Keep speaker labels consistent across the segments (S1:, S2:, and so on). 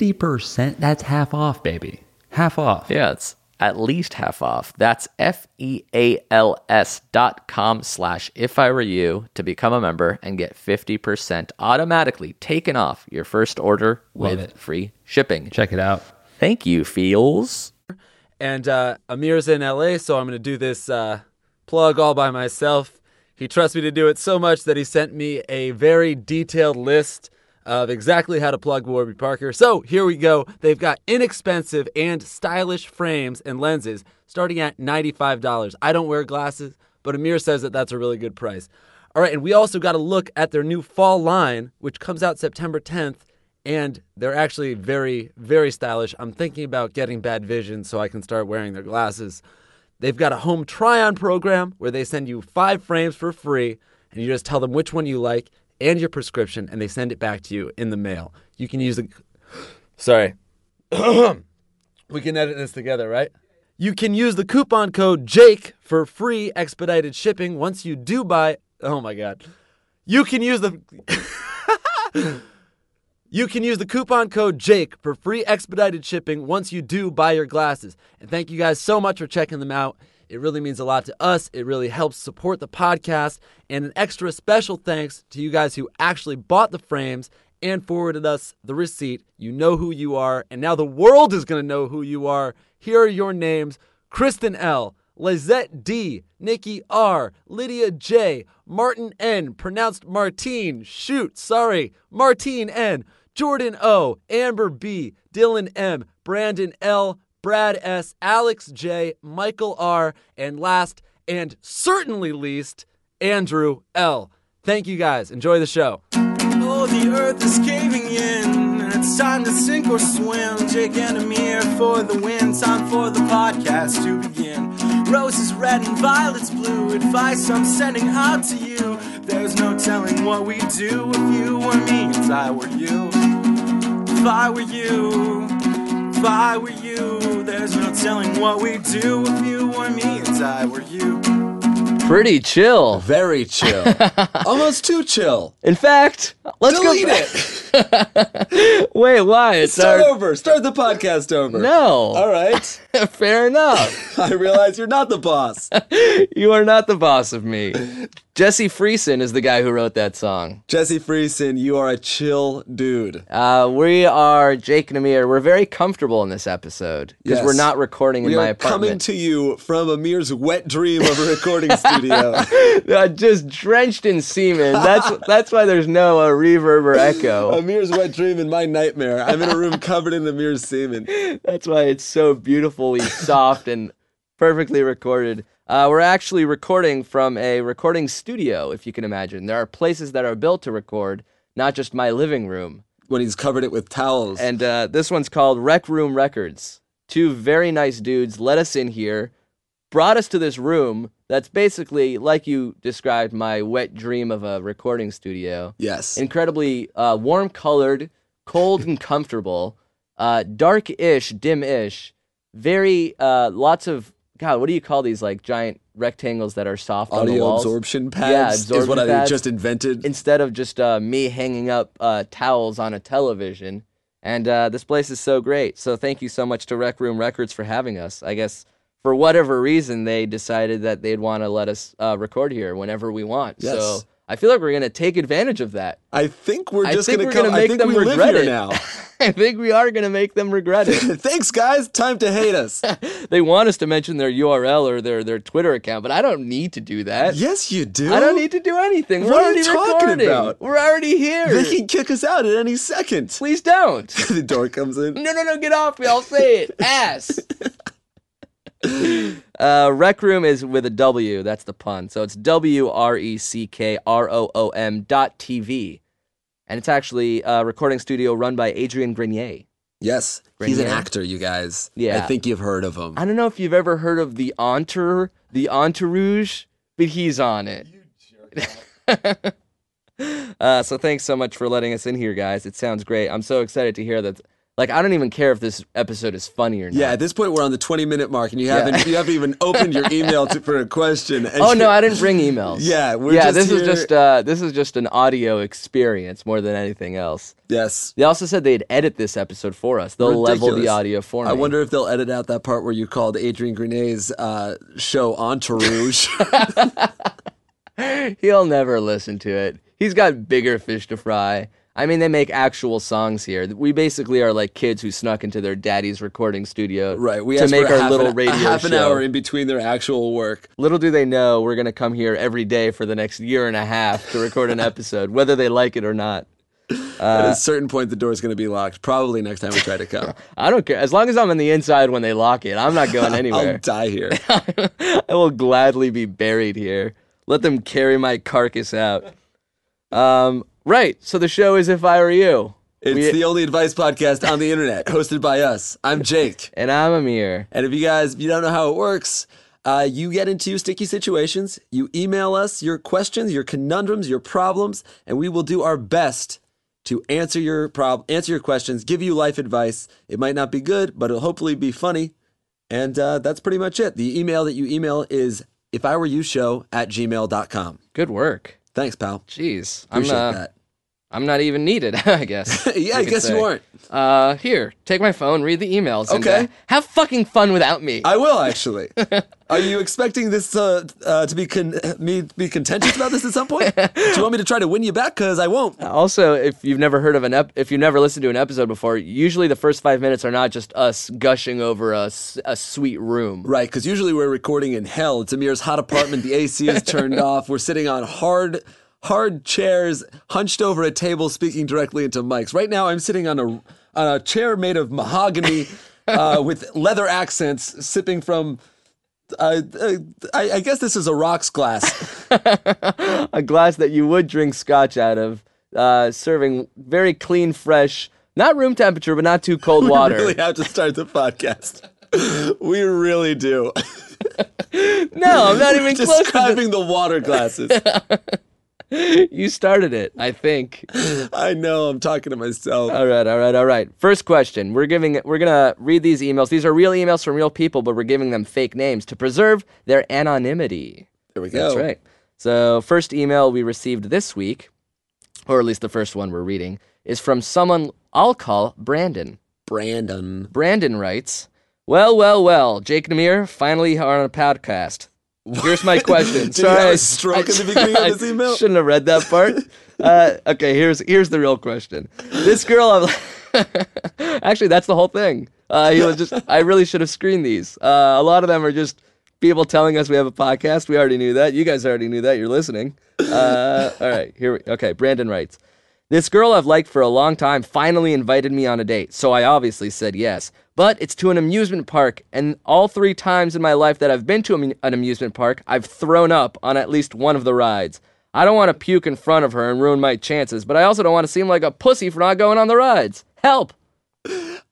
S1: 50%, that's half off, baby. Half off.
S2: Yeah, it's at least half off. That's F E A L S dot com slash if I were you to become a member and get 50% automatically taken off your first order
S1: Love
S2: with
S1: it.
S2: free shipping.
S1: Check it out.
S2: Thank you, Feels.
S3: and uh, Amir's in LA, so I'm going to do this uh, plug all by myself. He trusts me to do it so much that he sent me a very detailed list of exactly how to plug Warby Parker. So here we go. They've got inexpensive and stylish frames and lenses starting at $95. I don't wear glasses, but Amir says that that's a really good price. All right, and we also got to look at their new fall line, which comes out September 10th and they're actually very, very stylish. I'm thinking about getting bad vision so I can start wearing their glasses. They've got a home try on program where they send you five frames for free, and you just tell them which one you like and your prescription, and they send it back to you in the mail. You can use the. Sorry. we can edit this together, right? You can use the coupon code JAKE for free expedited shipping once you do buy. Oh my God. You can use the. You can use the coupon code JAKE for free expedited shipping once you do buy your glasses. And thank you guys so much for checking them out. It really means a lot to us. It really helps support the podcast. And an extra special thanks to you guys who actually bought the frames and forwarded us the receipt. You know who you are, and now the world is going to know who you are. Here are your names Kristen L., Lizette D, Nikki R, Lydia J, Martin N, pronounced Martine, shoot, sorry, Martine N, Jordan O, Amber B, Dylan M, Brandon L, Brad S, Alex J, Michael R, and last and certainly least, Andrew L. Thank you guys. Enjoy the show.
S4: Oh, the earth is caving in. and It's time to sink or swim. Jake and Amir for the win. Time for the podcast to begin. Roses red and violets blue. Advice I'm sending out to you. There's no telling what we do if you were me, if I were you. If I were you, if I were you. There's no telling what we do if you were me, if I were you.
S2: Pretty chill.
S5: Very chill. Almost too chill.
S2: In fact, let's
S5: Delete
S2: go.
S5: it.
S2: Wait, why? It's
S5: Start
S2: our,
S5: over. Start the podcast over. All
S2: no.
S5: right.
S2: Fair enough.
S5: I realize you're not the boss.
S2: you are not the boss of me. Jesse Freeson is the guy who wrote that song.
S5: Jesse Friesen, you are a chill dude.
S2: Uh, we are Jake and Amir. We're very comfortable in this episode because
S5: Yes.
S2: we're not recording in
S5: we
S2: my
S5: are
S2: apartment.
S5: coming to you from Amir's wet dream of a recording studio.
S2: uh, just drenched in semen. That's that's why there's no uh, reverb or echo.
S5: Amir's wet dream and my nightmare. I'm in a room covered in Amir's semen.
S2: That's why it's so beautifully soft and perfectly recorded. Uh, we're actually recording from a recording studio, if you can imagine. There are places that are built to record, not just my living room.
S5: When he's covered it with towels.
S2: And uh, this one's called Rec Room Records. Two very nice dudes let us in here, brought us to this room that's basically, like you described, my wet dream of a recording studio.
S5: yes.
S2: incredibly uh, warm colored, cold and comfortable, uh, dark ish, dim ish, very uh, lots of God. What do you call these like giant rectangles that are soft on the
S5: Audio
S2: walls?
S5: absorption pads
S2: Yeah,
S5: is
S2: absorption
S5: what I
S2: pads.
S5: just invented.
S2: Instead of just uh, me hanging up uh, towels on a television, and uh, this place is so great. So thank you so much to Rec Room Records for having us. I guess
S5: for whatever reason, they decided that they'd want to let us uh, record here whenever we want. So
S3: Yes.
S5: I feel like we're gonna take advantage of that.
S3: I think we're
S5: I
S3: just
S5: think
S3: gonna
S5: we're
S3: come.
S5: gonna
S3: I
S5: make
S3: think
S5: them
S3: we live
S5: regret
S3: here
S5: it.
S3: now.
S5: I think we are gonna make them regret it.
S3: Thanks, guys. Time to hate us.
S5: they want us to mention their URL or their their Twitter account, but I don't need to do that.
S3: yes, you do.
S5: I don't need to do anything. We're
S3: What are
S5: already
S3: you talking
S5: recording.
S3: about?
S5: We're already here.
S3: They can kick us out at any second.
S5: Please don't.
S3: the door comes in.
S5: No, no, no, get off me. I'll say it. Ass. uh, rec room is with a W. That's the pun. So it's W R E C K R O O M dot TV. And it's actually a recording studio run by Adrian Grenier.
S3: Yes, he's an
S5: Grenier.
S3: actor. You guys.
S5: Yeah.
S3: I think you've heard of him.
S5: I don't know if you've ever heard of the Entour, the Entourage, but he's on it. uh, so thanks so much for letting us in here, guys. It sounds great. I'm so excited to hear that. Like, I don't even care if this episode is funny or not.
S3: Yeah, at this point we're on the 20 minute mark, and you haven't you haven't even opened your email to, for a question. and
S5: Oh
S3: you-
S5: no, I didn't bring emails.
S3: Yeah, we're
S5: yeah.
S3: just
S5: this is
S3: here-
S5: just uh, this is just an audio experience more than anything else.
S3: yes.
S5: They also said they'd edit this episode for us. They'll level the
S3: Ridiculous.
S5: audio for me.
S3: I wonder if they'll edit out that part where you called Adrian Grenier's uh, show Entourage.
S5: He'll never listen to it. He's got bigger fish to fry. I mean, they make actual songs here. We basically are like kids who snuck into their daddy's recording studio,
S3: right, we
S5: to
S3: asked
S5: make
S3: for a
S5: our
S3: half
S5: little
S3: an,
S5: radio
S3: a half an
S5: show.
S3: hour e- in between their actual work.
S5: Little do they know we're gonna come here every day for the next year and a half to record an episode, whether they like it or not. Uh,
S3: At a certain point, the door's going to be locked. Probably next time we try to come,
S5: I don't care. As long as I'm on the inside when they lock it, I'm not going
S3: I'll
S5: anywhere.
S3: die here.
S5: I will gladly be buried here. Let them carry my carcass out. Um, right. So the show is If I Were You.
S3: It's
S5: We-
S3: the only advice podcast on the internet, hosted by us. I'm Jake.
S5: And I'm Amir.
S3: And if you guys if you don't know how it works, uh, you get into sticky situations. You email us your questions, your conundrums, your problems, and we will do our best to answer your prob- answer your questions, give you life advice. It might not be good, but it'll hopefully be funny. And uh, that's pretty much it. The email that you email is if I were you show at gmail.com.
S5: Good work.
S3: Thanks, pal.
S5: Jeez. I'm,
S3: Appreciate
S5: uh,
S3: that.
S5: I'm not even needed, I guess.
S3: Yeah, I
S5: could
S3: guess you
S5: say.
S3: aren't.
S5: Uh, here, take my phone, read the emails. and,
S3: Okay.
S5: uh, have fucking fun without me.
S3: I will actually. Are you expecting this uh, uh, to be con- me to be contentious about this at some point? Do you want me to try to win you back? Because I won't.
S5: also, if you've never heard of an ep- if you've never listened to an episode before, usually the first five minutes are not just us gushing over a, s- a sweet room.
S3: Right, because usually we're recording in hell. It's Amir's hot apartment. The AC is turned off. We're sitting on hard, hard chairs, hunched over a table, speaking directly into mics. Right now, I'm sitting on a on a chair made of mahogany uh, with leather accents, sipping from. Uh, uh, I, I guess this is a rocks glass.
S5: a glass that you would drink scotch out of, uh, serving very clean, fresh, not room temperature, but not too cold water.
S3: We really have to start the podcast. We really do.
S5: No, I'm not even close to
S3: Describing the water glasses.
S5: it. You started it, I think.
S3: I know. I'm talking to myself.
S5: All right, all right, all right. First question. We're giving we're gonna read these emails. These are real emails from real people, but we're giving them fake names to preserve their anonymity.
S3: There we go.
S5: That's right. So, first email we received this week, or at least the first one we're reading, is from someone I'll call Brandon.
S3: Brandon.
S5: Brandon writes, "Well, well, well. Jake Namir finally are on a podcast. Here's my question.
S3: Did you have
S5: Sorry,
S3: a stroke at the beginning of this email?
S5: Shouldn't have read that part. Uh, okay, here's here's the real question. This girl, I'm, actually, that's the whole thing. Uh, he was just. I really should have screened these. Uh, a lot of them are just people telling us we have a podcast. We already knew that. You guys already knew that. You're listening. Uh, all right, here. We, okay, Brandon writes. This girl I've liked for a long time finally invited me on a date, so I obviously said yes. But it's to an amusement park, and all three times in my life that I've been to amu- an amusement park, I've thrown up on at least one of the rides. I don't want to puke in front of her and ruin my chances, but I also don't want to seem like a pussy for not going on the rides. Help!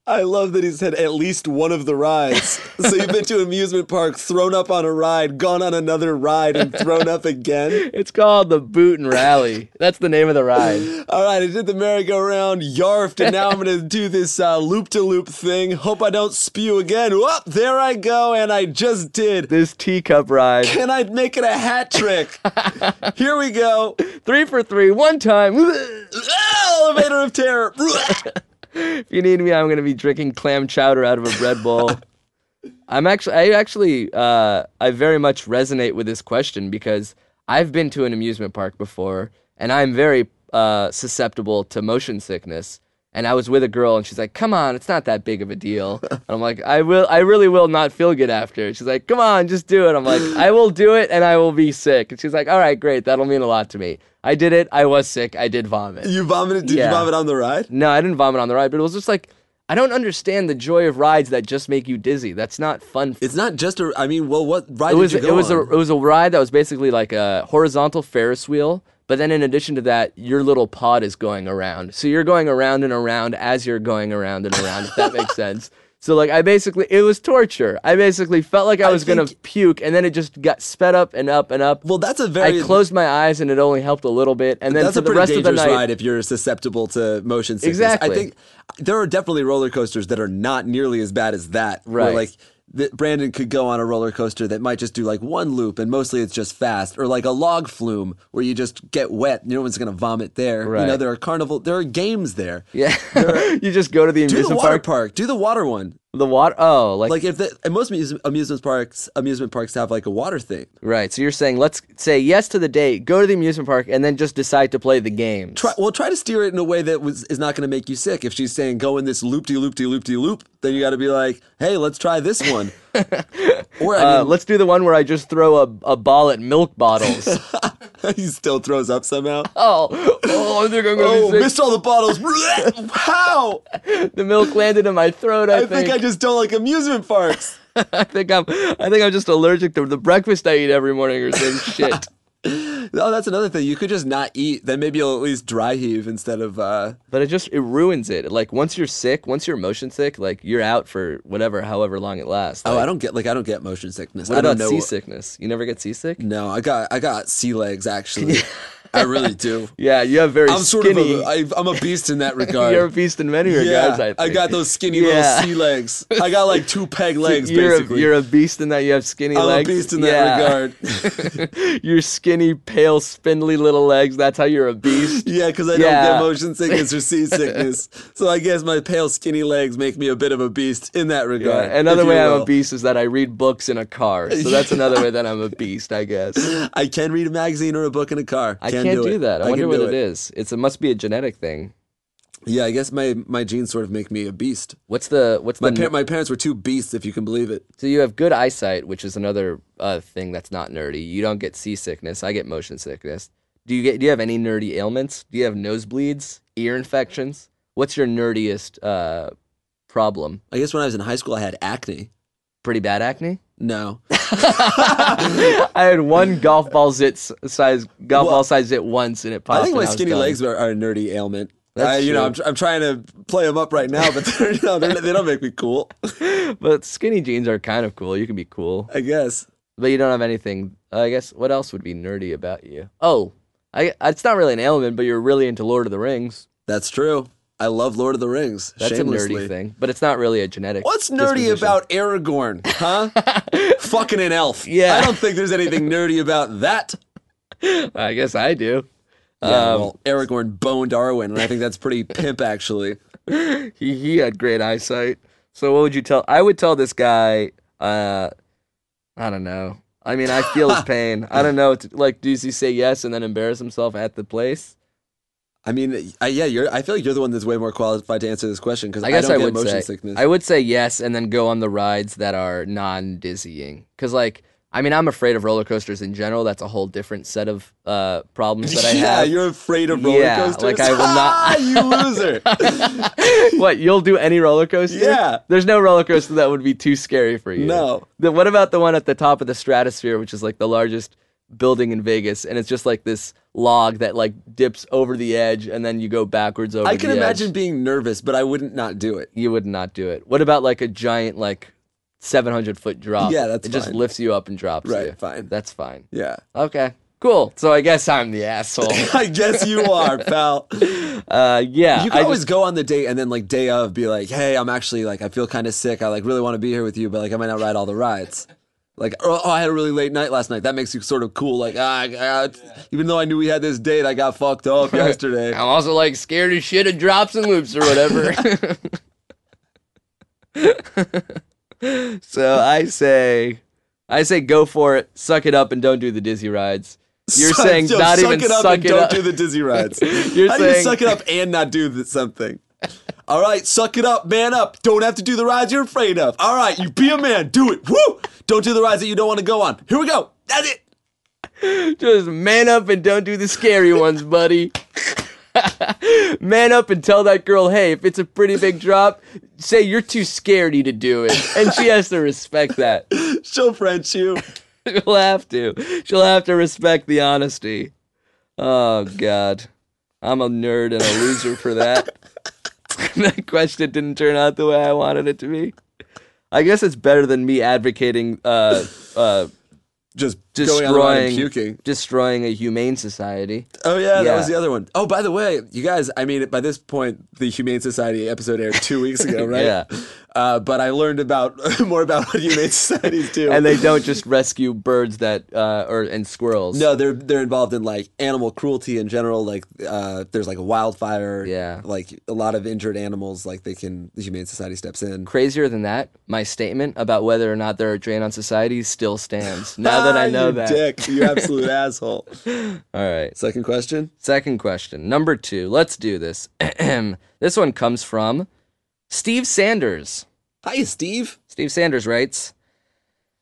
S3: I love that he's had at least one of the rides. so you've been to an amusement park, thrown up on a ride, gone on another ride, and thrown up again.
S5: It's called the Boot and Rally. That's the name of the ride.
S3: All right, I did the merry-go-round, yarfed, and now I'm going to do this uh, loop-de-loop thing. Hope I don't spew again. Whoop, there I go, and I just did.
S5: This teacup ride.
S3: Can I make it a hat trick? Here we go. Ah,
S5: Three for three, one time. if
S3: Elevator of terror.
S5: you need me, I'm going to be drinking clam chowder out of a bread bowl. I'm actually, I actually, uh, I very much resonate with this question because I've been to an amusement park before, and I'm very uh, susceptible to motion sickness. And I was with a girl, and she's like, "Come on, it's not that big of a deal." and I'm like, "I will, I really will not feel good after." She's like, "Come on, just do it." I'm like, "I will do it, and I will be sick." And she's like, "All right, great, that'll mean a lot to me." I did it. I was sick. I did vomit.
S3: You vomited? Did
S5: Yeah.
S3: you vomit on the ride?
S5: No, I didn't vomit on the ride, but it was just like I don't understand the joy of rides that just make you dizzy. That's not fun. f-
S3: It's not just a. I mean, well, what ride
S5: it was
S3: did you
S5: it
S3: go
S5: was a
S3: on?
S5: it was a ride that was basically like a horizontal Ferris wheel, but then in addition to that, your little pod is going around. So you're going around and around as you're going around and around. if that makes sense. So like I basically it was torture. I basically felt like I was gonna
S3: think-
S5: puke, and then it just got sped up and up and up.
S3: well, that's a very.
S5: I closed my eyes and it only helped a little bit, and then
S3: That's
S5: for
S3: a
S5: the
S3: pretty
S5: rest of
S3: dangerous
S5: the night,
S3: ride if you're susceptible to motion sickness. I
S5: Exactly.
S3: think there are definitely roller coasters that are not nearly as bad as that. where,
S5: Right.
S3: like th- Brandon could go on a roller coaster that might just do like one loop and mostly it's just fast, or like a log flume where you just get wet. No one's gonna vomit there. You know
S5: Right.
S3: there are carnival. There are games there.
S5: yeah, you just go to the
S3: Do the
S5: amusement
S3: water
S5: park
S3: park. Do the water one.
S5: The water. Oh, like,
S3: Like if the, and most amuse- amusement parks amusement parks have like a water thing.
S5: right. So you're saying let's say yes to the date, go to the amusement park, and then just decide to play the game.
S3: Try, well, try to steer it in a way that was, is not going to make you sick. If she's saying go in this loop de loop de loop de loop, then you got to be like, hey, let's try this one. or I
S5: Uh,
S3: mean,
S5: let's do the one where I just throw a, a ball at milk bottles.
S3: he still throws up somehow.
S5: oh, oh, I think I'm gonna
S3: Oh,
S5: be sick.
S3: missed all the bottles. How?
S5: The milk landed in my throat. I,
S3: I think I just don't like amusement parks.
S5: I think I'm. I think I'm just allergic to the breakfast I eat every morning or some shit.
S3: oh, that's another thing. You could just not eat. Then maybe you'll at least dry heave instead of. Uh,
S5: But it just it ruins it. Like once you're sick, once you're motion sick, like you're out for whatever, however long it lasts.
S3: oh,
S5: Like,
S3: I don't get like I don't get motion sickness.
S5: What
S3: I don't
S5: about
S3: know.
S5: seasickness? You never get seasick?
S3: No, I got I got sea legs actually. I really do.
S5: Yeah, you have very
S3: I'm sort
S5: skinny.
S3: of a, I, I'm a beast in that regard.
S5: You're a beast in many regards. I, think.
S3: got those skinny
S5: Yeah.
S3: little sea legs. I got like two peg legs,
S5: you're
S3: basically.
S5: A, you're a beast in that you have skinny
S3: I'm
S5: legs.
S3: a beast in
S5: Yeah.
S3: that regard.
S5: Your skinny, pale, spindly little legs. That's how you're a beast.
S3: yeah, because I don't
S5: Yeah.
S3: get motion sickness or seasickness. so I guess my pale, skinny legs make me a bit of a beast in that
S5: Yeah.
S3: regard.
S5: Another
S3: if
S5: way
S3: you
S5: I'm
S3: will.
S5: a beast is that I read books in a car. So that's another way that I'm a beast, I guess.
S3: I can read a magazine or a book in a car.
S5: I
S3: Can
S5: can't do,
S3: it.
S5: that. I,
S3: can
S5: wonder what
S3: do
S5: it is. It's it must be a genetic thing.
S3: Yeah, I guess my, my genes sort of make me a beast.
S5: What's the what's
S3: My,
S5: the
S3: par- my parents were two beasts, if you can believe it.
S5: So you have good eyesight, which is another uh, thing that's not nerdy. You don't get seasickness. I get motion sickness. Do you get? Do you have any nerdy ailments? Do you have nosebleeds, ear infections? What's your nerdiest uh, problem?
S3: I guess when I was in high school, I had acne.
S5: Pretty bad acne.
S3: No.
S5: I had one golf ball zit s- size golf
S3: Well,
S5: ball size zit once, and it popped.
S3: I think
S5: and
S3: my
S5: was
S3: skinny
S5: done.
S3: legs are, are a nerdy ailment.
S5: That's
S3: I, you know,
S5: true.
S3: I'm, tr- I'm trying to play them up right now, but they're, no, they're, they don't make me cool.
S5: but skinny jeans are kind of cool. You can be cool,
S3: I guess.
S5: but you don't have anything. I guess what else would be nerdy about you? Oh, I it's not really an ailment, but you're really into Lord of the Rings.
S3: That's true. I love Lord of the Rings.
S5: That's a
S3: shamelessly.
S5: nerdy thing, but it's not really a genetic.
S3: What's nerdy
S5: disposition.
S3: about Aragorn, huh? Fucking an elf.
S5: Yeah.
S3: I don't think there's anything nerdy about that.
S5: I guess I do.
S3: Yeah,
S5: Um,
S3: well, Aragorn boned Arwen, and I think that's pretty pimp, actually.
S5: He he had great eyesight. So what would you tell? I would tell this guy. Uh, I don't know. I mean, I feel his pain. I don't know. It's Like, does he say yes and then embarrass himself at the place?
S3: I mean, I, yeah, you're, I feel like you're the one that's way more qualified to answer this question because
S5: I guess
S3: don't
S5: I,
S3: get
S5: would
S3: motion
S5: say
S3: sickness.
S5: I would say yes and then go on the rides that are non dizzying. Because like, I mean, I'm afraid of roller coasters in general. That's a whole different set of uh, problems that I
S3: yeah,
S5: have.
S3: you're afraid of roller
S5: Yeah,
S3: coasters.
S5: like, I will
S3: Ah,
S5: not-
S3: you loser.
S5: what you'll do any roller coaster?
S3: Yeah.
S5: There's no roller coaster that would be too scary for you.
S3: No.
S5: Then what about the one at the top of the stratosphere, which is like the largest building in Vegas, and it's just like this log that like dips over the edge, and then you go backwards over.
S3: I
S5: the
S3: can
S5: edge.
S3: imagine being nervous, but I wouldn't not do it.
S5: you would not do it. What about like a giant like 700 foot drop?
S3: Yeah, that's
S5: it just
S3: fine.
S5: lifts you up and drops
S3: Right,
S5: you.
S3: fine.
S5: That's fine.
S3: Yeah.
S5: Okay. Cool. So I guess I'm the asshole.
S3: I guess you are, pal. You
S5: Uh, yeah.
S3: can
S5: I
S3: always
S5: just-
S3: go on the date and then like day of be like, hey, I'm actually like I feel kind of sick. I like really want to be here with you, but like I might not ride all the rides. Like, oh, oh, I had a really late night last night. That makes you sort of cool. Like, ah, I- I- even though I knew we had this date, I got fucked up yesterday.
S5: I'm also like scared as shit of drops and loops or whatever. So I say, I say, go for it. Suck it up and don't do the dizzy rides. You're
S3: Suck-
S5: saying
S3: yo,
S5: not
S3: suck
S5: even
S3: it up
S5: suck
S3: and
S5: it
S3: don't
S5: up.
S3: do the dizzy rides.
S5: You're
S3: How do you
S5: saying-
S3: suck it up and not do th- something? All right, suck it up, man up. Don't have to do the rides you're afraid of. All right, you be a man, do it. Woo! Don't do the rides that you don't want to go on. Here we go. That's it.
S5: Just man up and don't do the scary ones, buddy. man up and tell that girl, hey, if it's a pretty big drop, say you're too scaredy to do it. And she has to respect that.
S3: Show French you.
S5: She'll have to. She'll have to respect the honesty. Oh God, I'm a nerd and a loser for that. that question didn't turn out the way I wanted it to be. I guess it's better than me advocating uh, uh,
S3: Just going on the ride and
S5: destroying
S3: puking.
S5: destroying a humane society.
S3: Oh yeah, that
S5: Yeah.
S3: was the other one. Oh, by the way, you guys, I mean, by this point, the Humane Society episode aired two weeks ago, right?
S5: Yeah.
S3: Uh, but I learned about more about what Humane Societies do.
S5: And they don't just rescue birds that uh, or and squirrels.
S3: No, they're they're involved in like animal cruelty in general. Like uh, there's like a wildfire.
S5: Yeah.
S3: Like a lot of injured animals. Like they can the humane society steps in.
S5: Crazier than that, my statement about whether or not they're a drain on society still stands. Now that I know
S3: Ah, you
S5: that.
S3: dick, you absolute asshole.
S5: All right.
S3: Second question.
S5: Second question, number two. Let's do this. this one comes from Steve Sanders.
S3: Hi, Steve.
S5: Steve Sanders writes,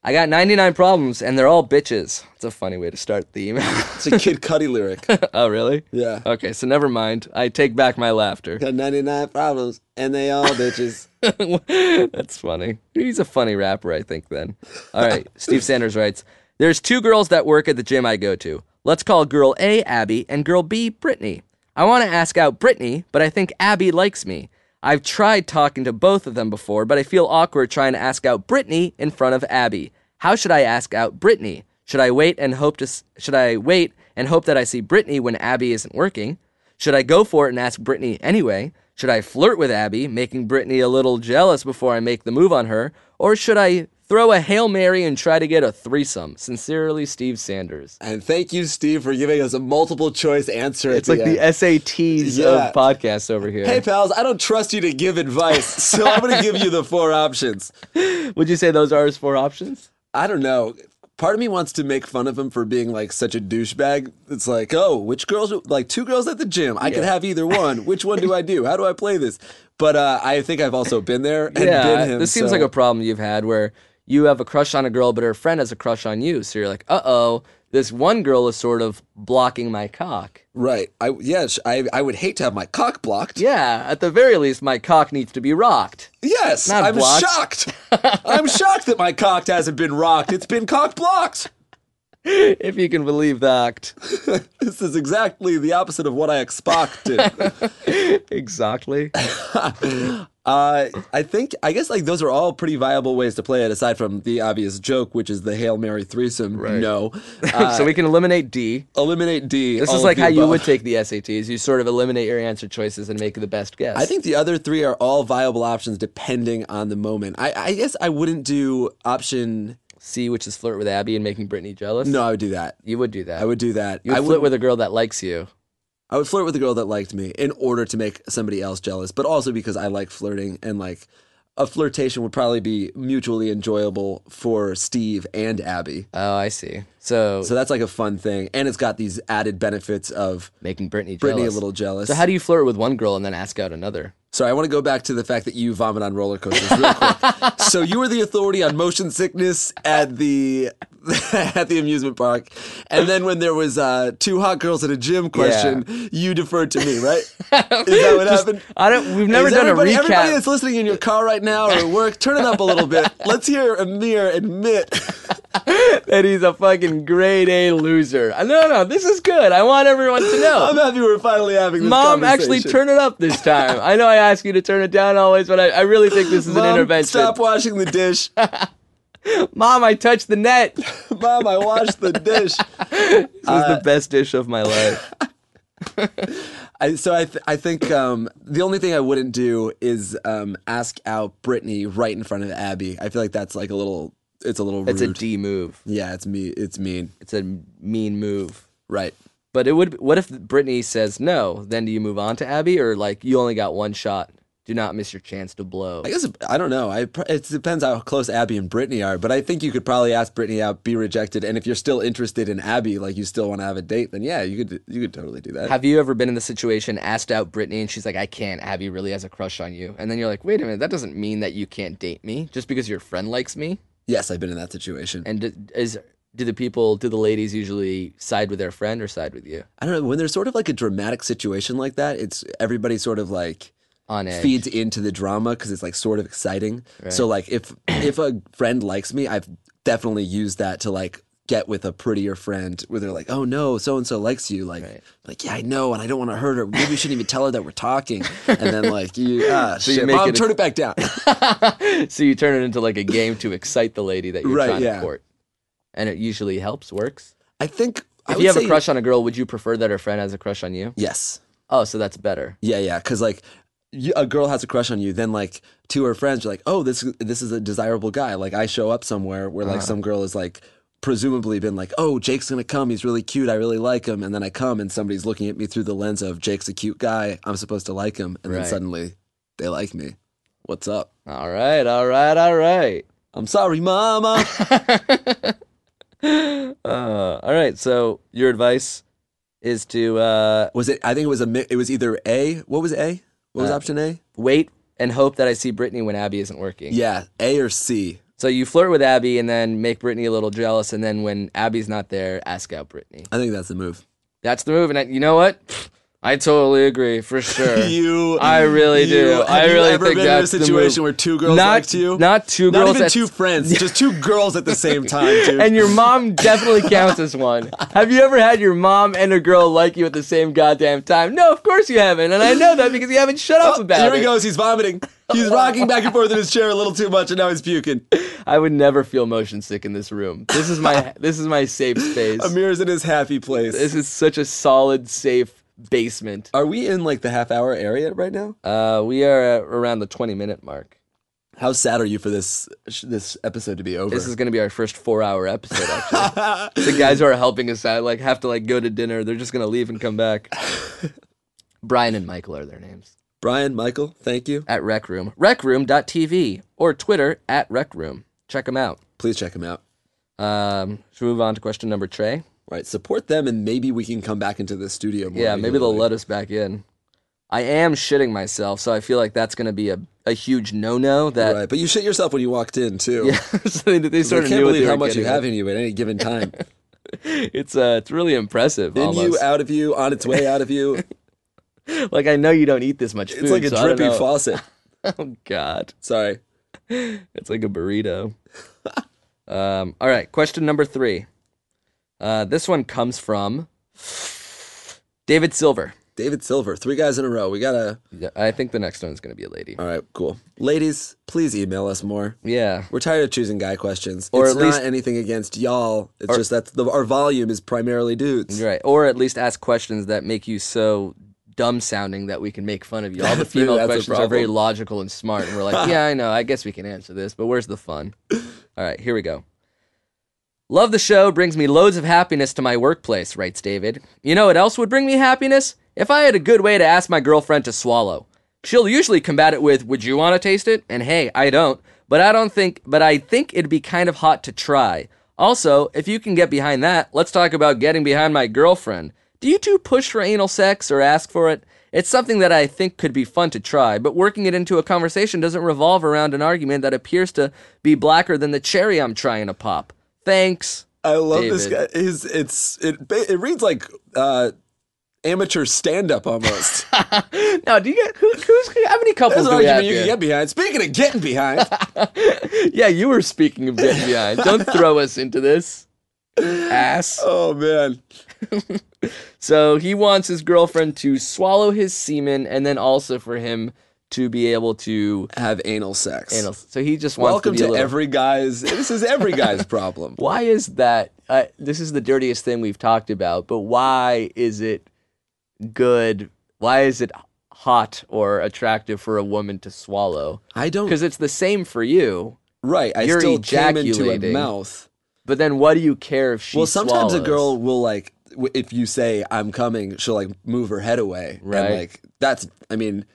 S5: I got 99 problems and they're all bitches. It's a funny way to start the email.
S3: It's a Kid Cudi lyric.
S5: oh, really?
S3: Yeah.
S5: Okay, so never mind. I take back my laughter.
S3: Got 99 problems, and they all bitches.
S5: That's funny. He's a funny rapper, I think, then. All right. Steve Sanders writes There's two girls that work at the gym I go to. Let's call girl A Abby and girl B Brittany. I want to ask out Brittany, but I think Abby likes me. I've tried talking to both of them before, but I feel awkward trying to ask out Brittany in front of Abby. How should I ask out Brittany? Should I wait and hope to s- should I wait and hope that I see Brittany when Abby isn't working? Should I go for it and ask Brittany anyway? Should I flirt with Abby, making Brittany a little jealous before I make the move on her? Or should I throw a Hail Mary and try to get a threesome? Sincerely, Steve Sanders.
S3: and thank you, Steve, for giving us a multiple choice answer.
S5: It's like the
S3: end.
S5: SATs
S3: Yeah.
S5: of podcasts over here.
S3: Hey pals, I don't trust you to give advice, so I'm gonna give you the four options.
S5: Would you say those are his four options?
S3: I don't know. Part of me wants to make fun of him for being like such a douchebag. It's like, oh, which girls? Like two girls at the gym. I could have either one. Which one do I do? How do I play this? But uh, I think I've also been there and
S5: yeah,
S3: been him.
S5: this seems
S3: so-
S5: like a problem you've had where you have a crush on a girl, but her friend has a crush on you. So you're like, uh oh, this one girl is sort of blocking my cock.
S3: right. I yeah. sh- I I would hate to have my cock blocked.
S5: Yeah, at the very least, my cock needs to be rocked.
S3: Yes.
S5: Not
S3: I'm
S5: blocked.
S3: shocked. I'm shocked that my cock hasn't been rocked. It's been cock blocked.
S5: If you can believe that.
S3: This is exactly the opposite of what I expected.
S5: Exactly.
S3: Uh, I think I guess like those are all pretty viable ways to play it, aside from the obvious joke, which is the hail mary threesome. No, uh,
S5: so we can eliminate D.
S3: eliminate D.
S5: This
S3: all
S5: is
S3: of
S5: like
S3: the
S5: how you
S3: above.
S5: would take the SATs. You sort of eliminate your answer choices and make the best guess.
S3: I think the other three are all viable options depending on the moment. I, I guess I wouldn't do option.
S5: C, which is flirt with Abby and making Brittany jealous.
S3: No, I would do that.
S5: You would do that.
S3: I would do that.
S5: You would
S3: I
S5: flirt
S3: would.
S5: with a girl that likes you.
S3: I would flirt with a girl that liked me in order to make somebody else jealous, but also because I like flirting and like a flirtation would probably be mutually enjoyable for Steve and Abby.
S5: Oh, I see. So,
S3: So that's like a fun thing, and it's got these added benefits of
S5: making Brittany jealous.
S3: Brittany a little jealous.
S5: So how do you flirt with one girl and then ask out another?
S3: Sorry, I want to go back to the fact that you vomit on roller coasters real quick. so you were the authority on motion sickness at the at the amusement park, and then when there was uh, two hot girls at a gym question, you deferred to me, right? Is that what happened?
S5: I don't. We've never
S3: Is
S5: done a
S3: everybody, Everybody
S5: recap.
S3: that's listening in your car right now or at work, turn it up a little bit. Let's hear Amir admit.
S5: that he's a fucking grade A loser. Uh, No, no, this is good. I want everyone to know.
S3: I'm happy we're finally having this
S5: Oh. Mom, actually
S3: conversation.
S5: turn it up this time. I know I ask you to turn it down always, but I, I really think this is an
S3: Mom,
S5: intervention.
S3: Stop washing the dish.
S5: Mom, I touched the net. This
S3: Mom, I washed the dish.
S5: was the best dish of my life.
S3: I, so I, th- I think um, the only thing I wouldn't do is um, ask out Brittany right in front of Abby. I feel like that's like a little. It's a little rude.
S5: It's a D move.
S3: yeah, it's me. It's mean.
S5: It's a mean move.
S3: Right.
S5: But it would. What if Brittany says no? Then do you move on to Abby, or like you only got one shot? Do not miss your chance to blow.
S3: I guess I don't know. I pr- it depends how close Abby and Brittany are, but I think you could probably ask Brittany out, be rejected, and if you're still interested in Abby, like you still want to have a date, then yeah, you could you could totally do that.
S5: Have you ever been in the situation asked out Brittany and she's like, I can't, Abby really has a crush on you. And then you're like, wait a minute, that doesn't mean that you can't date me just because your friend likes me.
S3: yes, I've been in that situation.
S5: And d- is do the people, do the ladies usually side with their friend or side with you
S3: I don't know when there's sort of like a dramatic situation like that. It's everybody sort of like
S5: on it?
S3: feeds into the drama because it's like sort of exciting. So like if if a friend likes me, I've definitely used that to like get with a prettier friend where they're like, oh no, so and so likes you. Like like yeah, I know, and I don't want to hurt her. Maybe we shouldn't even tell her that we're talking. And then like you ah
S5: you
S3: shit,
S5: make
S3: mom,
S5: it a-
S3: turn it back down.
S5: so you turn it into like a game to excite the lady that you're
S3: Right,
S5: trying
S3: yeah.
S5: to court. And it usually helps, works.
S3: I think I
S5: If
S3: would
S5: you have
S3: say-
S5: a crush on a girl, would you prefer that her friend has a crush on you?
S3: yes.
S5: Oh, so that's better.
S3: Yeah, yeah. Because like, you, a girl has a crush on you, then like to her friends, you're like, oh, this this is a desirable guy. Like I show up somewhere where
S5: Uh-huh.
S3: like some girl is like presumably been like, oh, Jake's gonna come. He's really cute. I really like him. And then I come and somebody's looking at me through the lens of Jake's a cute guy. I'm supposed to like him. And then
S5: Right.
S3: suddenly they like me. What's up?
S5: All right, all right, all right.
S3: I'm sorry, mama.
S5: Uh, all right. So your advice is to uh,
S3: was it? I think it was a. mi- It was either A. What was A? What was
S5: Uh,
S3: option A?
S5: wait and hope that I see Brittany when Abby isn't working.
S3: Yeah, A or C.
S5: So you flirt with Abby and then make Brittany a little jealous, and then when Abby's not there, ask out Brittany.
S3: I think that's the move.
S5: That's the move. And I, you know what? I totally agree for sure.
S3: You,
S5: I really do.
S3: you- Have
S5: I
S3: you
S5: really
S3: ever
S5: think
S3: been
S5: that's
S3: in
S5: the
S3: a situation
S5: move.
S3: where two girls
S5: Not-
S3: liked you?
S5: not two
S3: Not
S5: girls
S3: even
S5: at-
S3: two friends. just two girls at the same time, dude.
S5: and your mom definitely counts as one. Have you ever had your mom and a girl like you at the same goddamn time? No, of course you haven't, and I know that because you haven't shut up
S3: Oh,
S5: about
S3: here
S5: it.
S3: he goes. He's vomiting. He's rocking back and forth in his chair a little too much, and now he's puking.
S5: I would never feel motion sick in this room. This is my this is my safe space.
S3: Amir's in his happy place.
S5: This is such a solid, safe basement.
S3: Are we in like the half hour area right now?
S5: Uh, we are at around the 20 minute mark.
S3: How sad are you for this sh- this episode to be over?
S5: This is going to be our first four hour episode, actually. the guys who are helping us out like have to like go to dinner. They're just going to leave and come back. Brian and Michael are their names.
S3: Brian, Michael, thank you.
S5: At Rec Room. RecRoom.tv or Twitter at Rec Room. Check them out.
S3: Please check him out.
S5: Um, should we move on to question number Trey?
S3: All right, support them, and maybe we can come back into the studio. More
S5: Yeah, maybe they'll
S3: regularly.
S5: let us back in. I am shitting myself, so I feel like that's going to be a, a huge no no. That
S3: Right, but you shit yourself when you walked in too.
S5: yeah, so they, they
S3: I
S5: sort of
S3: can't
S5: knew what
S3: believe
S5: they
S3: how
S5: were
S3: much you
S5: getting
S3: have
S5: at.
S3: in you at any given time.
S5: It's uh, it's really impressive.
S3: In you,
S5: almost.
S3: out of you, on its way out of you.
S5: like I know you don't eat this much food.
S3: It's like a
S5: so I don't
S3: drippy
S5: know.
S3: faucet.
S5: Oh God,
S3: Sorry.
S5: it's like a burrito. um, all right, question number three. Uh, this one comes from David Silver.
S3: David Silver, three guys in a row. We gotta.
S5: Yeah, I think the next one's going to be a lady.
S3: All right, cool. Ladies, please email us more.
S5: Yeah,
S3: We're tired of choosing guy questions.
S5: Or
S3: it's
S5: at least-
S3: not anything against y'all. It's just that the, our volume is primarily dudes.
S5: You're right. Or at least ask questions that make you so dumb sounding that we can make fun of you. All the
S3: Maybe that's
S5: female
S3: the
S5: questions are very
S3: problem.
S5: logical and smart. And we're like, yeah, I know. I guess we can answer this, but where's the fun? All right, here we go. Love the show. Brings me loads of happiness to my workplace, writes David. You know what else would bring me happiness? If I had a good way to ask my girlfriend to swallow. She'll usually combat it with, Would you want to taste it? And hey, I don't. But I don't think, but I think it'd be kind of hot to try. Also, if you can get behind that, let's talk about getting behind my girlfriend. Do you two push for anal sex or ask for it? It's something that I think could be fun to try, but working it into a conversation doesn't revolve around an argument that appears to be blacker than the cherry I'm trying to pop. Thanks.
S3: I love this guy.
S5: David.
S3: His, it's it. ba- It reads like uh, amateur stand up almost.
S5: Now, do you get who, who's how many couples
S3: There's an
S5: do we have
S3: argument you can
S5: here?
S3: get behind. Speaking of getting behind,
S5: Yeah, you were speaking of getting behind. Don't throw us into this. Ass.
S3: oh man,
S5: So he wants his girlfriend to swallow his semen and then also for him to be able to
S3: have anal sex.
S5: anal. So he just wants
S3: Welcome
S5: to, be a
S3: to
S5: little-
S3: every guy's. This is every guy's problem.
S5: Why is that? Uh, this is the dirtiest thing we've talked about, but why is it good? Why is it hot or attractive for a woman to swallow?
S3: I don't.
S5: Because it's the same for you.
S3: Right. I
S5: You're
S3: still came into a
S5: ejaculating.
S3: mouth.
S5: But then, what do you care if she?
S3: Well, sometimes a
S5: swallows?
S3: girl will like w- if you say I'm coming, she'll like move her head away. And,
S5: Right.
S3: like that's I mean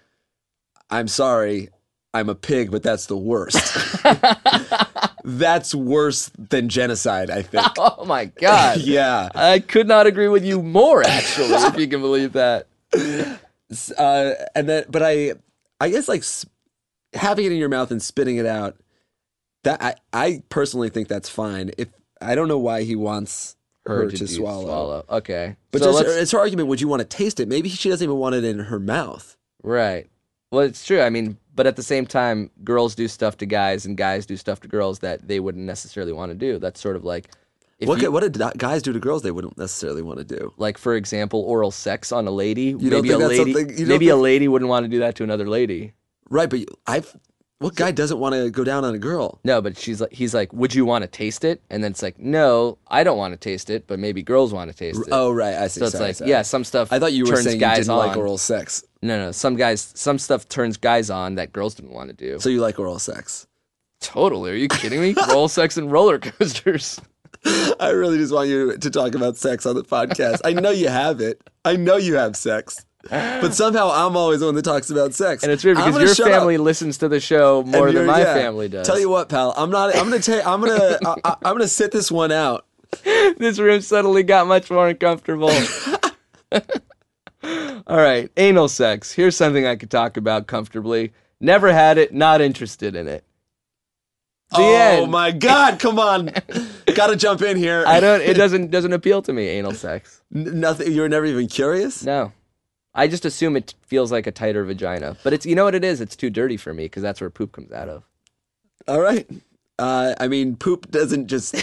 S3: I'm sorry, I'm a pig, but that's the worst. that's worse than genocide, I think.
S5: Oh my god.
S3: yeah.
S5: I could not agree with you more, actually, if you can believe that.
S3: uh, and then but I I guess like s- having it in your mouth and spitting it out that I I personally think that's fine if I don't know why he wants her, to,
S5: do
S3: swallow.
S5: Okay.
S3: but
S5: so
S3: just,
S5: let's-
S3: it's her argument would you want to taste it maybe she doesn't even want it in her mouth
S5: right. Well, it's true. I mean, but at the same time, girls do stuff to guys, and guys do stuff to girls that they wouldn't necessarily want to do. That's sort of like, if
S3: what
S5: you-
S3: could, what did guys do to girls they wouldn't necessarily want to do
S5: like for example, oral sex on a lady.
S3: don't
S5: maybe
S3: think
S5: a
S3: that's
S5: lady.
S3: something- you don't
S5: Maybe a
S3: think-
S5: lady wouldn't want to do that to another lady.
S3: right but you- I've what guy doesn't want to go down on a girl
S5: No, but she's like, he's like, would you want to taste it? And then it's like, no, I don't want to taste it, but maybe girls want to taste it.
S3: oh right I see
S5: so it's
S3: sorry,
S5: like,
S3: sorry.
S5: yeah, some stuff.
S3: I thought you were
S5: turns
S3: saying you
S5: guys
S3: didn't
S5: on.
S3: like oral sex
S5: No, no, some guys, some stuff turns guys on that girls didn't want to do.
S3: so you like oral sex
S5: totally, are you kidding me? Roll sex and roller coasters.
S3: I really just want you to talk about sex on the podcast. I know you have it. I know you have sex. But somehow I'm always the one that talks about sex.
S5: And it's weird
S3: I'm
S5: because
S3: gonna
S5: your
S3: shut up
S5: family listens to the show
S3: and
S5: more than
S3: you're-
S5: my
S3: yeah.
S5: family does.
S3: Tell you what, pal, I'm not I'm gonna take I'm gonna I, I, I'm gonna sit this one out.
S5: this room suddenly got much more uncomfortable. All right, anal sex. Here's something I could talk about comfortably. Never had it, not interested in it. The
S3: oh
S5: end.
S3: my god, come on. Gotta jump in here.
S5: I don't it doesn't doesn't appeal to me anal sex.
S3: N- nothing you were never even curious?
S5: No. I just assume it feels like a tighter vagina. But it's you know what it is? It's too dirty for me cuz that's where poop comes out of.
S3: All right. Uh, I mean poop doesn't just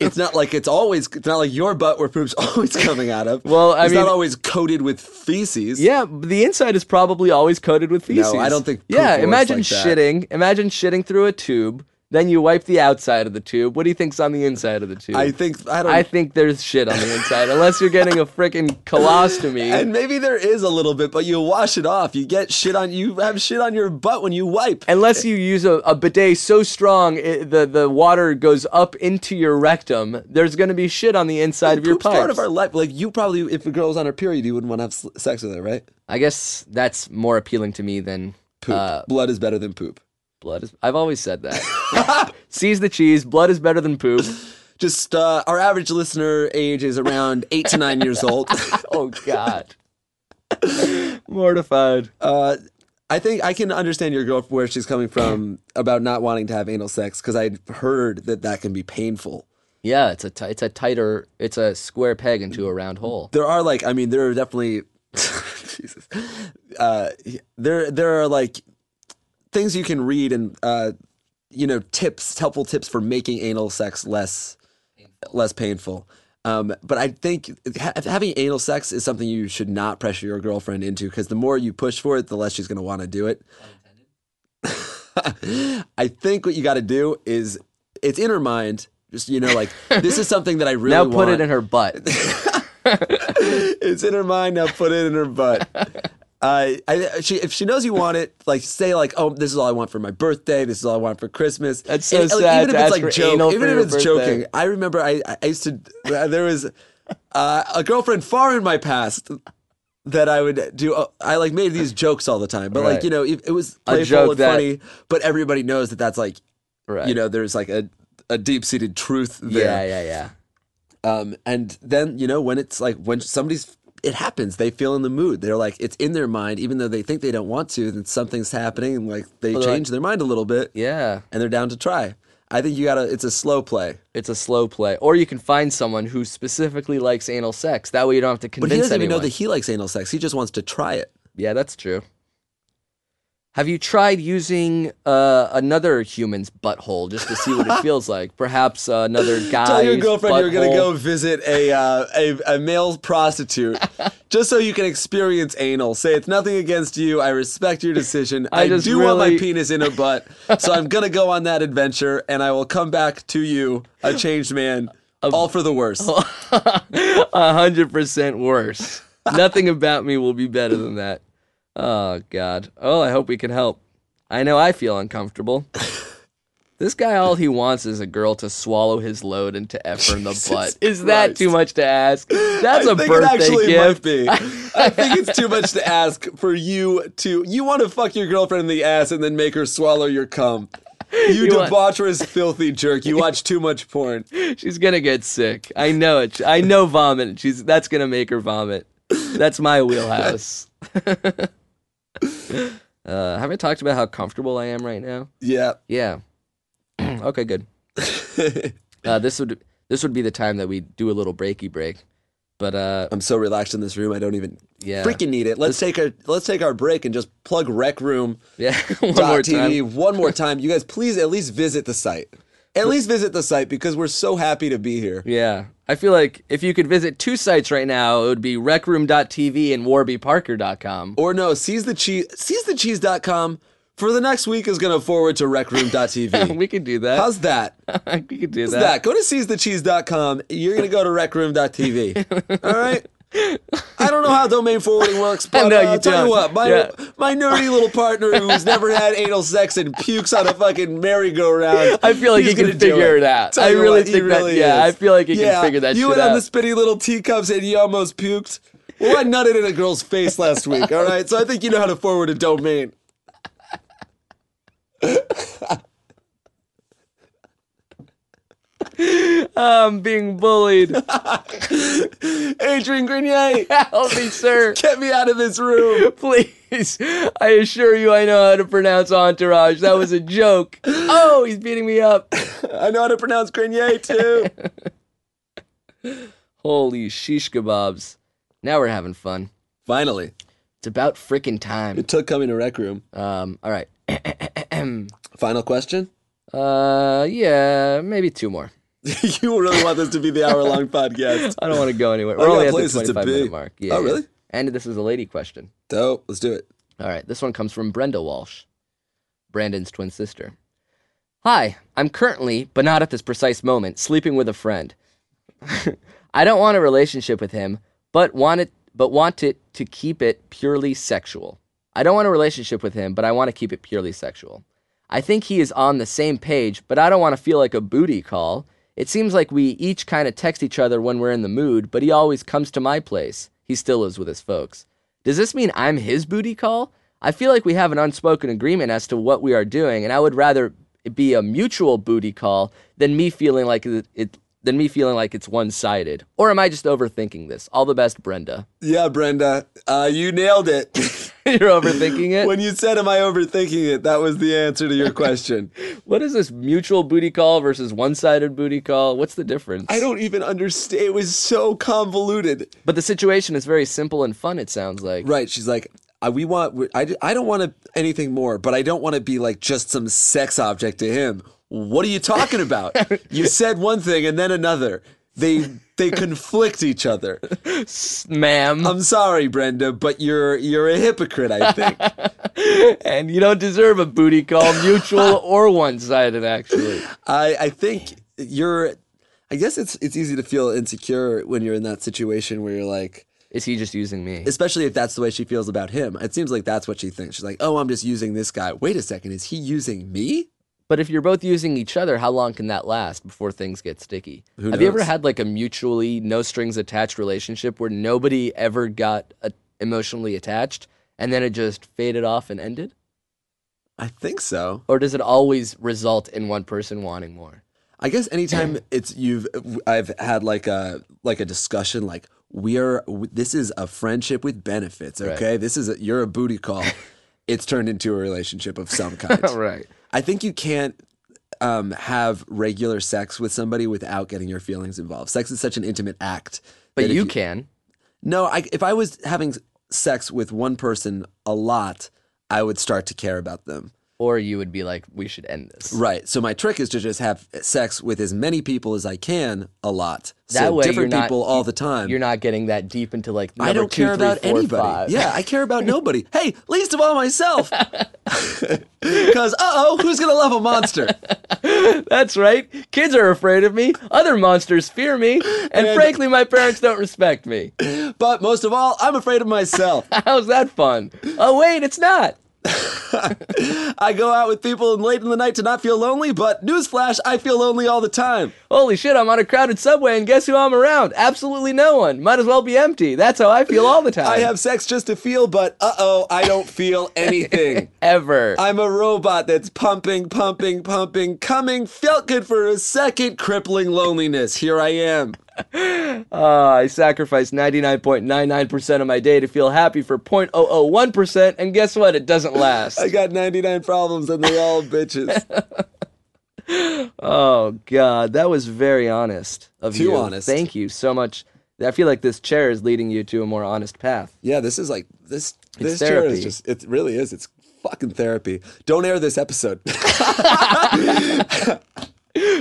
S3: it's not like it's always it's not like your butt where poop's always coming out of.
S5: Well, I
S3: it's
S5: mean-
S3: not always coated with feces.
S5: Yeah, but the inside is probably always coated with feces.
S3: No, I don't think poop
S5: Yeah,
S3: works
S5: imagine
S3: like that.
S5: shitting. Imagine shitting through a tube. Then you wipe the outside of the tube. What do you think's on the inside of the tube?
S3: I think I don't.
S5: I think there's shit on the inside, unless you're getting a freaking colostomy.
S3: and maybe there is a little bit, but you wash it off. You get shit on. You have shit on your butt when you wipe.
S5: Unless you use a, a bidet so strong it, the the water goes up into your rectum, there's gonna be shit on the inside of your
S3: Poop's
S5: pipes.
S3: part of our life. Like you probably, if a girl was on her period, you wouldn't want to have s- sex with her, right?
S5: I guess that's more appealing to me than
S3: Poop.
S5: Uh,
S3: Blood is better than poop.
S5: blood. Is, I've always said that. Seize the cheese. Blood is better than poop.
S3: Just uh, our average listener age is around eight to nine years old.
S5: Oh God. Mortified.
S3: Uh, I think I can understand your girl where she's coming from about not wanting to have anal sex because I heard that that can be painful.
S5: Yeah, it's a t- it's a tighter it's a square peg into a round hole.
S3: there are like I mean there are definitely Jesus. Uh, there there are like things you can read and uh, you know tips helpful tips for making anal sex less less painful. Um, but I think ha- having anal sex is something you should not pressure your girlfriend into because the more you push for it, the less she's going to want to do it. I think what you got to do is it's in her mind. Just you know, like this is something that I really
S5: now put
S3: want
S5: it in her butt.
S3: it's in her mind now. Put it in her butt. Uh, I, she, if she knows you want it, like say like, oh, this is all I want for my birthday. This is all I want for Christmas.
S5: That's so
S3: And, like,
S5: sad
S3: Even if
S5: to
S3: it's
S5: ask
S3: like
S5: for
S3: joke,
S5: anal for
S3: even if
S5: your
S3: it's
S5: birthday.
S3: joking. I remember I, I used to there was uh, a girlfriend far in my past that I would do. uh, I like made these jokes all the time, but like
S5: Right.
S3: you know, it, it was playful
S5: joke
S3: and
S5: that-
S3: funny. But everybody knows that that's like
S5: Right.
S3: you know, there's like a a deep seated truth there.
S5: yeah, yeah, yeah.
S3: Um, and then you know when it's like when somebody's it happens, they feel in the mood. They're like it's in their mind, even though they think they don't want to. Then something's happening, and like they
S5: they're
S3: change their mind a little bit,
S5: Yeah.
S3: and they're down to try. I think you gotta. It's a slow play,
S5: It's a slow play. Or you can find someone who specifically likes anal sex. That way you don't have to
S3: but
S5: convince
S3: he doesn't even
S5: anyone.
S3: know that he likes anal sex. He just wants to try it.
S5: yeah, that's true. Have you tried using uh, another human's butthole just to see what it feels like? Perhaps uh, another guy's
S3: Tell your girlfriend you're gonna
S5: butthole?
S3: go visit a uh, a, a male prostitute just so you can experience anal. Say it's nothing against you. I respect your decision. I,
S5: I just
S3: do want my
S5: really-
S3: penis in a butt, so I'm gonna go on that adventure, and I will come back to you a changed man, all for the worse.
S5: A hundred percent worse. Nothing about me will be better than that. Oh God. Oh, I hope we can help. I know I feel uncomfortable. This guy, all he wants is a girl to swallow his load and to F her in the butt. Is that
S3: Christ.
S5: too much to ask? That's
S3: I
S5: a
S3: think
S5: birthday
S3: it actually
S5: gift.
S3: might be. I think it's too much to ask for you to. You want to fuck your girlfriend in the ass and then make her swallow your cum. You,
S5: You want-
S3: debaucherous, filthy jerk. You watch too much porn.
S5: She's gonna get sick. I know it. I know vomit. She's that's gonna make her vomit. That's my wheelhouse. uh, haven't I talked about how comfortable I am right now?
S3: Yeah.
S5: Yeah. okay, good. Uh, this would this would be the time that we do a little breaky break, but uh,
S3: I'm so relaxed in this room. I don't even
S5: Yeah.
S3: freaking need it. Let's take our let's take our break and just plug Rec Room.
S5: yeah, one
S3: dot
S5: more
S3: TV
S5: time.
S3: one more time. You guys, please at least visit the site. At least visit the site because we're so happy to be here.
S5: Yeah, I feel like if you could visit two sites right now, it would be recroom.tv and warbyparker.com.
S3: Or no, seize the cheese, seize the cheese.com for the next week is going to forward to recroom.tv.
S5: we could do that.
S3: Oh. How's that?
S5: we could do
S3: How's that? Go to seizethecheese.com. You're going to go to recroom.tv. All right? I don't know how domain forwarding works, but
S5: No,
S3: uh,
S5: you
S3: I'll tell
S5: don't.
S3: you what, my,
S5: Yeah.
S3: my nerdy little partner who's never had anal sex and pukes on a fucking merry-go-round.
S5: I feel like
S3: he's
S5: he can
S3: gonna do
S5: figure it out.
S3: Tell
S5: I
S3: you
S5: really
S3: he
S5: think that- yeah, I feel like he can
S3: Yeah,
S5: figure that
S3: You
S5: shit
S3: went on the
S5: out.
S3: spitty little teacups and you almost puked. Well, I nutted in a girl's face last week, all right? So I think you know how to forward a domain.
S5: I'm being bullied.
S3: Adrian Grenier,
S5: Help me, sir.
S3: get me out of this room.
S5: Please. I assure you I know how to pronounce entourage. That was a joke. Oh, he's beating me up.
S3: I know how to pronounce Grenier, too.
S5: Holy shish kebabs. Now we're having fun.
S3: Finally.
S5: It's about frickin' time.
S3: It took coming to Rec Room.
S5: Um, all right.
S3: Final question?
S5: Uh, yeah, maybe two more.
S3: you really want this to be the hour long podcast.
S5: I don't want to go anywhere.
S3: I
S5: We're
S3: got
S5: only at the
S3: places to
S5: 25 minute
S3: be.
S5: mark. Yeah,
S3: Oh,
S5: yeah.
S3: really?
S5: And this is a lady question.
S3: Dope. Let's do it.
S5: All right, this one comes from Brenda Walsh, Brandon's twin sister. Hi, I'm currently, but not at this precise moment, sleeping with a friend. I don't want a relationship with him, but want it, but want it to keep it purely sexual. I don't want a relationship with him, but I want to keep it purely sexual. I think he is on the same page, but I don't want to feel like a booty call. It seems like we each kind of text each other when we're in the mood, but he always comes to my place. He still lives with his folks. Does this mean I'm his booty call? I feel like we have an unspoken agreement as to what we are doing, and I would rather it be a mutual booty call than me feeling like it, it than me feeling like it's one sided. Or am I just overthinking this? All the best, Brenda.
S3: Yeah, Brenda, uh, you nailed it.
S5: You're overthinking it.
S3: when you said, Am I overthinking it? That was the answer to your question.
S5: what is this mutual booty call versus one sided booty call? What's the difference?
S3: I don't even understand. It was so convoluted.
S5: But the situation is very simple and fun. It sounds like.
S3: Right. She's like, I, we want, we- I, I don't want to, anything more, but I don't want to be like just some sex object to him. What are you talking about? you said one thing and then another. They, they conflict each other.
S5: ma'am,
S3: I'm sorry, Brenda, but you're, you're a hypocrite, I think.
S5: and you don't deserve a booty call, mutual or one sided. Actually,
S3: I, I think you're. I guess it's it's easy to feel insecure when you're in that situation where you're like,
S5: is he just using me?
S3: especially if that's the way she feels about him. It seems like that's what she thinks. She's like, oh, I'm just using this guy. Wait a second, is he using me?
S5: But if you're both using each other, how long can that last before things get sticky?
S3: Who
S5: Have you ever
S3: knows?
S5: had like a mutually no strings attached relationship where nobody ever got uh, emotionally attached and then it just faded off and ended?
S3: I think so.
S5: Or does it always result in one person wanting more?
S3: I guess anytime it's you've I've had like a like a discussion like we are this is a friendship with benefits. Okay, this is a, you're a booty call. it's turned into a relationship of some kind.
S5: right.
S3: I think you can't um, have regular sex with somebody without getting your feelings involved. Sex is such an intimate act.
S5: But
S3: that if
S5: you can.
S3: No, I, if I was having sex with one person a lot, I would start to care about them.
S5: Or you would be like, we should end this.
S3: Right. So my trick is to just have sex with as many people as I can a lot.
S5: That
S3: so
S5: way
S3: different
S5: you're not-
S3: people all the time.
S5: You're not getting that deep into like,
S3: I
S5: number
S3: don't
S5: two,
S3: care
S5: three,
S3: about
S5: four,
S3: anybody.
S5: five.
S3: Yeah, I care about nobody. hey, least of all myself. Because, uh oh, who's going to love a monster?
S5: That's right. Kids are afraid of me. Other monsters fear me. And,
S3: And-
S5: frankly, my parents don't respect me.
S3: But most of all, I'm afraid of myself.
S5: How's that fun? Oh, wait, it's not.
S3: I go out with people and late in the night to not feel lonely, but newsflash, I feel lonely all the time.
S5: Holy shit, I'm on a crowded subway, and guess who I'm around? Absolutely no one. Might as well be empty. That's how I feel all the time.
S3: I have sex just to feel, but uh oh, I don't feel anything.
S5: ever.
S3: I'm a robot that's pumping, pumping, pumping, coming, felt good for a second, crippling loneliness. Here I am.
S5: Ah, I sacrificed 99.99% of my day to feel happy for 0.001%, and guess what? It doesn't last.
S3: I got 99 problems and they're all bitches.
S5: Oh God, that was very honest of
S3: Too
S5: you.
S3: honest.
S5: Thank you so much. I feel like this chair is leading you to a more honest path.
S3: Yeah, this is like this. This chair
S5: therapy.
S3: is just. It really is. It's fucking therapy. Don't air this episode.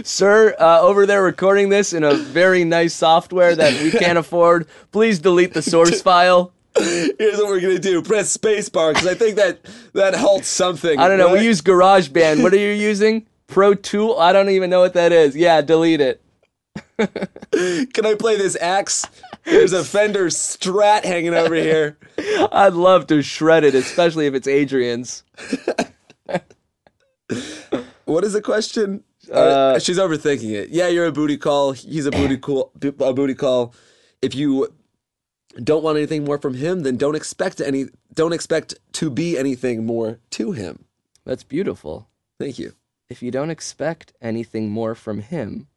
S5: Sir, uh, over there recording this in a very nice software that we can't afford. Please delete the source file.
S3: Here's what we're gonna do: press spacebar because I think that that halts something.
S5: I don't know.
S3: right?
S5: We use GarageBand. What are you using? Pro Tool? I don't even know what that is. Yeah, delete it.
S3: Can I play this axe? There's a Fender Strat hanging over here.
S5: I'd love to shred it, especially if it's Adrian's.
S3: What is the question?
S5: Uh,
S3: she's overthinking it. Yeah, you're a booty call. He's a booty call. A booty call. If you don't want anything more from him, then don't expect any. Don't expect to be anything more to him.
S5: That's beautiful.
S3: Thank you.
S5: If you don't expect anything more from him,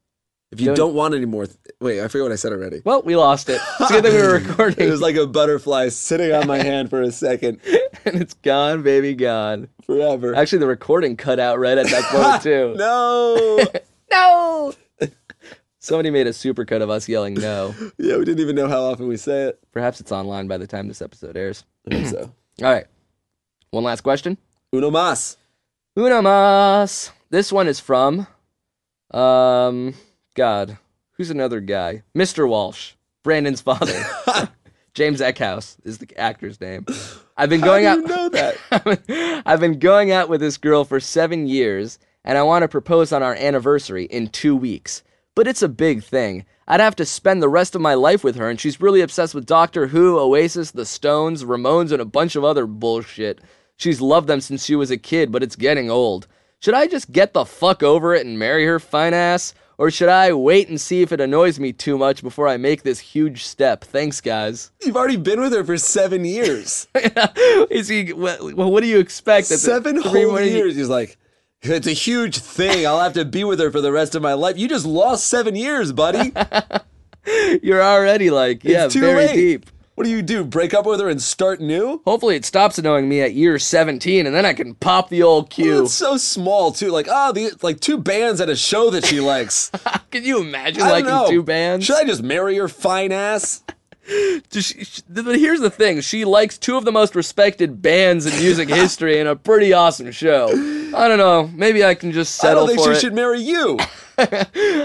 S3: If you
S5: Don't-
S3: don't, want any more, th- wait, I forget what I said already.
S5: well, we lost it. It's good that we were recording.
S3: It was like a butterfly sitting on my hand for a second,
S5: and it's gone, baby, gone.
S3: forever.
S5: Actually, the recording cut out right at that point too.
S3: no.
S5: No. Somebody made a supercut of us yelling no.
S3: yeah, we didn't even know how often we say it.
S5: Perhaps it's online by the time this episode airs.
S3: I think so,
S5: All right. One last question.
S3: uno mas.
S5: Una mas. This one is from, um, God, who's another guy? Mr. Walsh, Brandon's father. James Eckhouse is the actor's name. I've been going
S3: How
S5: out.
S3: do you know that?
S5: I've been going out with this girl for seven years, and I want to propose on our anniversary in two weeks. But it's a big thing. I'd have to spend the rest of my life with her, and she's really obsessed with Doctor Who, Oasis, The Stones, Ramones, and a bunch of other bullshit. She's loved them since she was a kid, but it's getting old. Should I just get the fuck over it and marry her fine ass? Or should I wait and see if it annoys me too much before I make this huge step? Thanks, guys.
S3: You've already been with her for seven years.
S5: Is he? Well, what do you expect? That's
S3: seven
S5: three
S3: whole
S5: more ye-
S3: years. He's like, it's a huge thing. I'll have to be with her for the rest of my life. You just lost seven years, buddy.
S5: You're already like, yeah,
S3: it's too
S5: very
S3: late.
S5: deep.
S3: What do you do? Break up with her and start new?
S5: Hopefully, it stops annoying me at year 17, and then I can pop the old
S3: Well,
S5: cue.
S3: It's so small too. Like oh, the like two bands at a show that she likes.
S5: can you imagine
S3: I don't
S5: liking
S3: know.
S5: two bands?
S3: Should I just marry your fine ass?
S5: Does she- sh- but here's the thing: she likes two of the most respected bands in music history, and a pretty awesome show. I don't know. Maybe I can just
S3: I don't
S5: settle
S3: think
S5: for
S3: she
S5: it. Oh.
S3: should marry you.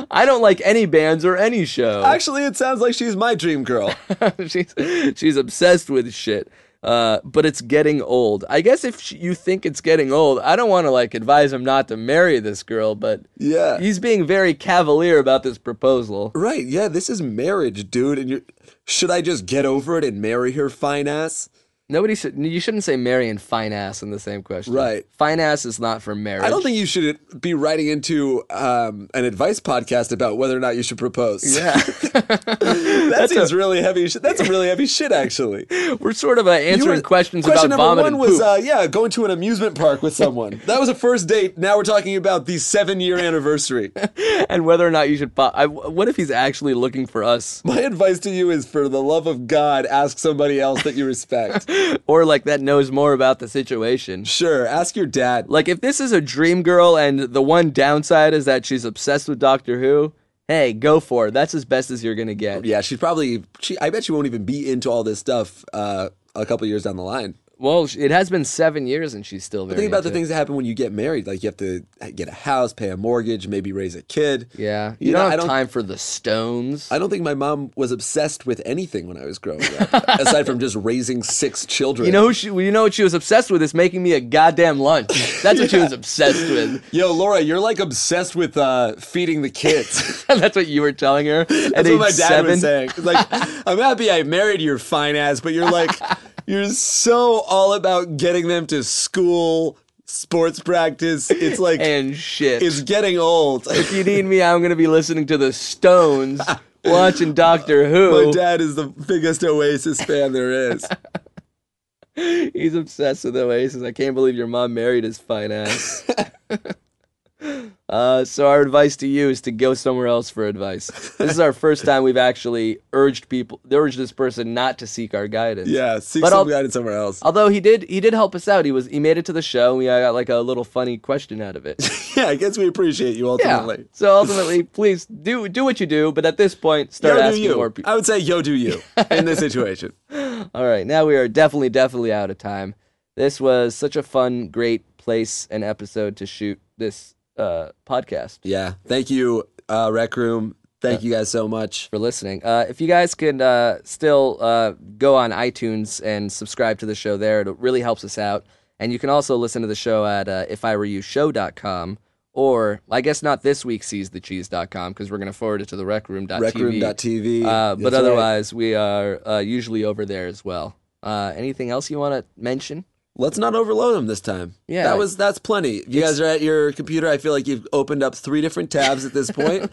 S5: I don't like any bands or any show.
S3: Actually, it sounds like she's my dream girl.
S5: she's she's obsessed with shit. Uh, but it's getting old. I guess if sh- you think it's getting old, I don't want to like advise him not to marry this girl, but
S3: Yeah.
S5: he's being very cavalier about this proposal.
S3: Right? Yeah, this is marriage, dude. And you should I just get over it and marry her fine ass?
S5: Nobody should. You shouldn't say marry and fine ass in the same question.
S3: Right.
S5: Fine ass is not for marriage.
S3: I don't think you should be writing into um, an advice podcast about whether or not you should propose. Yeah, that seems really heavy. Shit. That's a really heavy shit, actually.
S5: we're sort of uh,
S3: You
S5: answering
S3: were-
S5: questions
S3: question
S5: about
S3: number
S5: vomit
S3: one
S5: and
S3: was
S5: poop.
S3: uh, yeah going to an amusement park with someone that was a first date now we're talking about the seven year anniversary
S5: and whether or not you should. Pop- I, what if he's actually looking for us,
S3: my advice to you is for the love of god ask somebody else that you respect
S5: or like that knows more about the situation?
S3: sure ask your dad
S5: Like, if this is a dream girl and the one downside is that she's obsessed with Doctor Who, hey, go for it. That's as best as you're going to get.
S3: yeah she's probably she i bet she won't even be into all this stuff uh, a couple years down the line
S5: Well, sh- it has been seven years and she's still very.
S3: think about the
S5: into it.
S3: things that happen when you get married like you have to get a house pay a mortgage maybe raise a kid
S5: Yeah. You,
S3: You
S5: don't
S3: know,
S5: have
S3: I don't-
S5: time for the stones.
S3: I don't think my mom was obsessed with anything when I was growing up, aside from just raising six children.
S5: you know, who she, you know what she was obsessed with is making me a goddamn lunch. That's what she was obsessed with.
S3: Yo, Laura, you're like obsessed with uh, feeding the kids.
S5: That's what you were telling her. At
S3: That's what
S5: age
S3: my dad
S5: seven.
S3: was saying. It's Like, I'm happy I married your fine ass, but you're like, You're so all about getting them to school, sports practice. It's like
S5: and shit.
S3: it's getting old.
S5: if you need me, I'm gonna be listening to the Stones, watching Doctor
S3: My
S5: Who.
S3: dad is the biggest Oasis fan there is.
S5: He's obsessed with Oasis. I can't believe your mom married his fine ass. uh, so our advice to you is to go somewhere else for advice. This is our first time we've actually urged people, urged this person not to seek our guidance.
S3: Yeah, seek
S5: But
S3: some
S5: I'll-
S3: guidance somewhere else.
S5: Although he did, he did help us out. He was, he made it to the show. and We got like a little funny question out of it.
S3: yeah, I guess we appreciate you ultimately.
S5: So ultimately, please do do what you do, but at this point, start
S3: Yo, do
S5: asking
S3: you.
S5: more people.
S3: I would say yo do you in this situation.
S5: All right, now we are definitely, definitely out of time. This was such a fun, great place and episode to shoot this uh, podcast
S3: Yeah. Thank you, uh, Rec Room. Thank you guys so much.
S5: for listening. Uh, if you guys can uh, still uh, go on iTunes and subscribe to the show there, it really helps us out. And you can also listen to the show at uh, ifiwereyoushow.com or I guess not this week, seizethecheese.com because we're going to forward it to the recroom.tv.
S3: Recroom.tv.
S5: Uh, but
S3: That's right.
S5: otherwise, we are uh, usually over there as well. Uh, anything else you want to mention?
S3: let's not overload them this time.
S5: Yeah.
S3: That was that's plenty. If you guys are at your computer, I feel like you've opened up three different tabs at this point.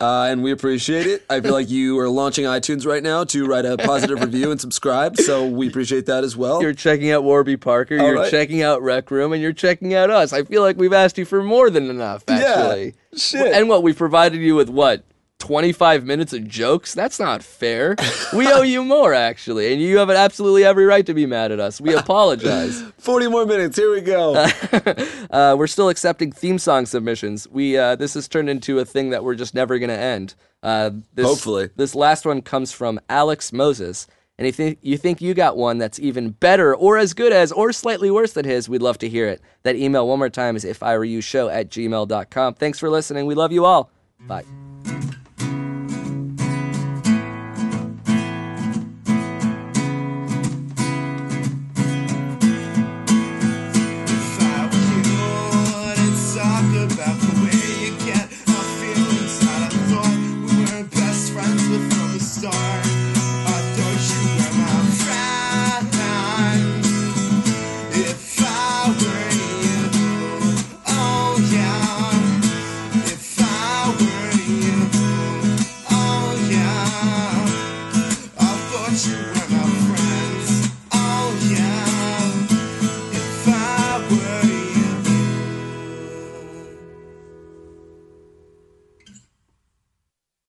S3: Uh, and we appreciate it. I feel like you are launching iTunes right now to write a positive review and subscribe. So we appreciate that as well.
S5: You're checking out Warby Parker, you're
S3: right.
S5: checking out Rec Room, and you're checking out us. I feel like we've asked you for more than enough, actually.
S3: shit.
S5: And what, we provided you with what? 25 minutes of jokes? That's not fair. We owe you more, actually. And you have absolutely every right to be mad at us. We apologize.
S3: 40 more minutes. Here we go.
S5: Uh, we're still accepting theme song submissions. We uh, this has turned into a thing that we're just never going to end. Uh, this,
S3: Hopefully.
S5: this last one comes from Alex Moses, and if you- you think you got one that's even better, or as good as, or slightly worse than his, we'd love to hear it. That email one more time is if I were you show at gmail.com. Thanks for listening. We love you all. Bye.
S6: If I were you, I'd talk about the way you get my feelings. I thought we were best friends, but from the start, oh oh Oh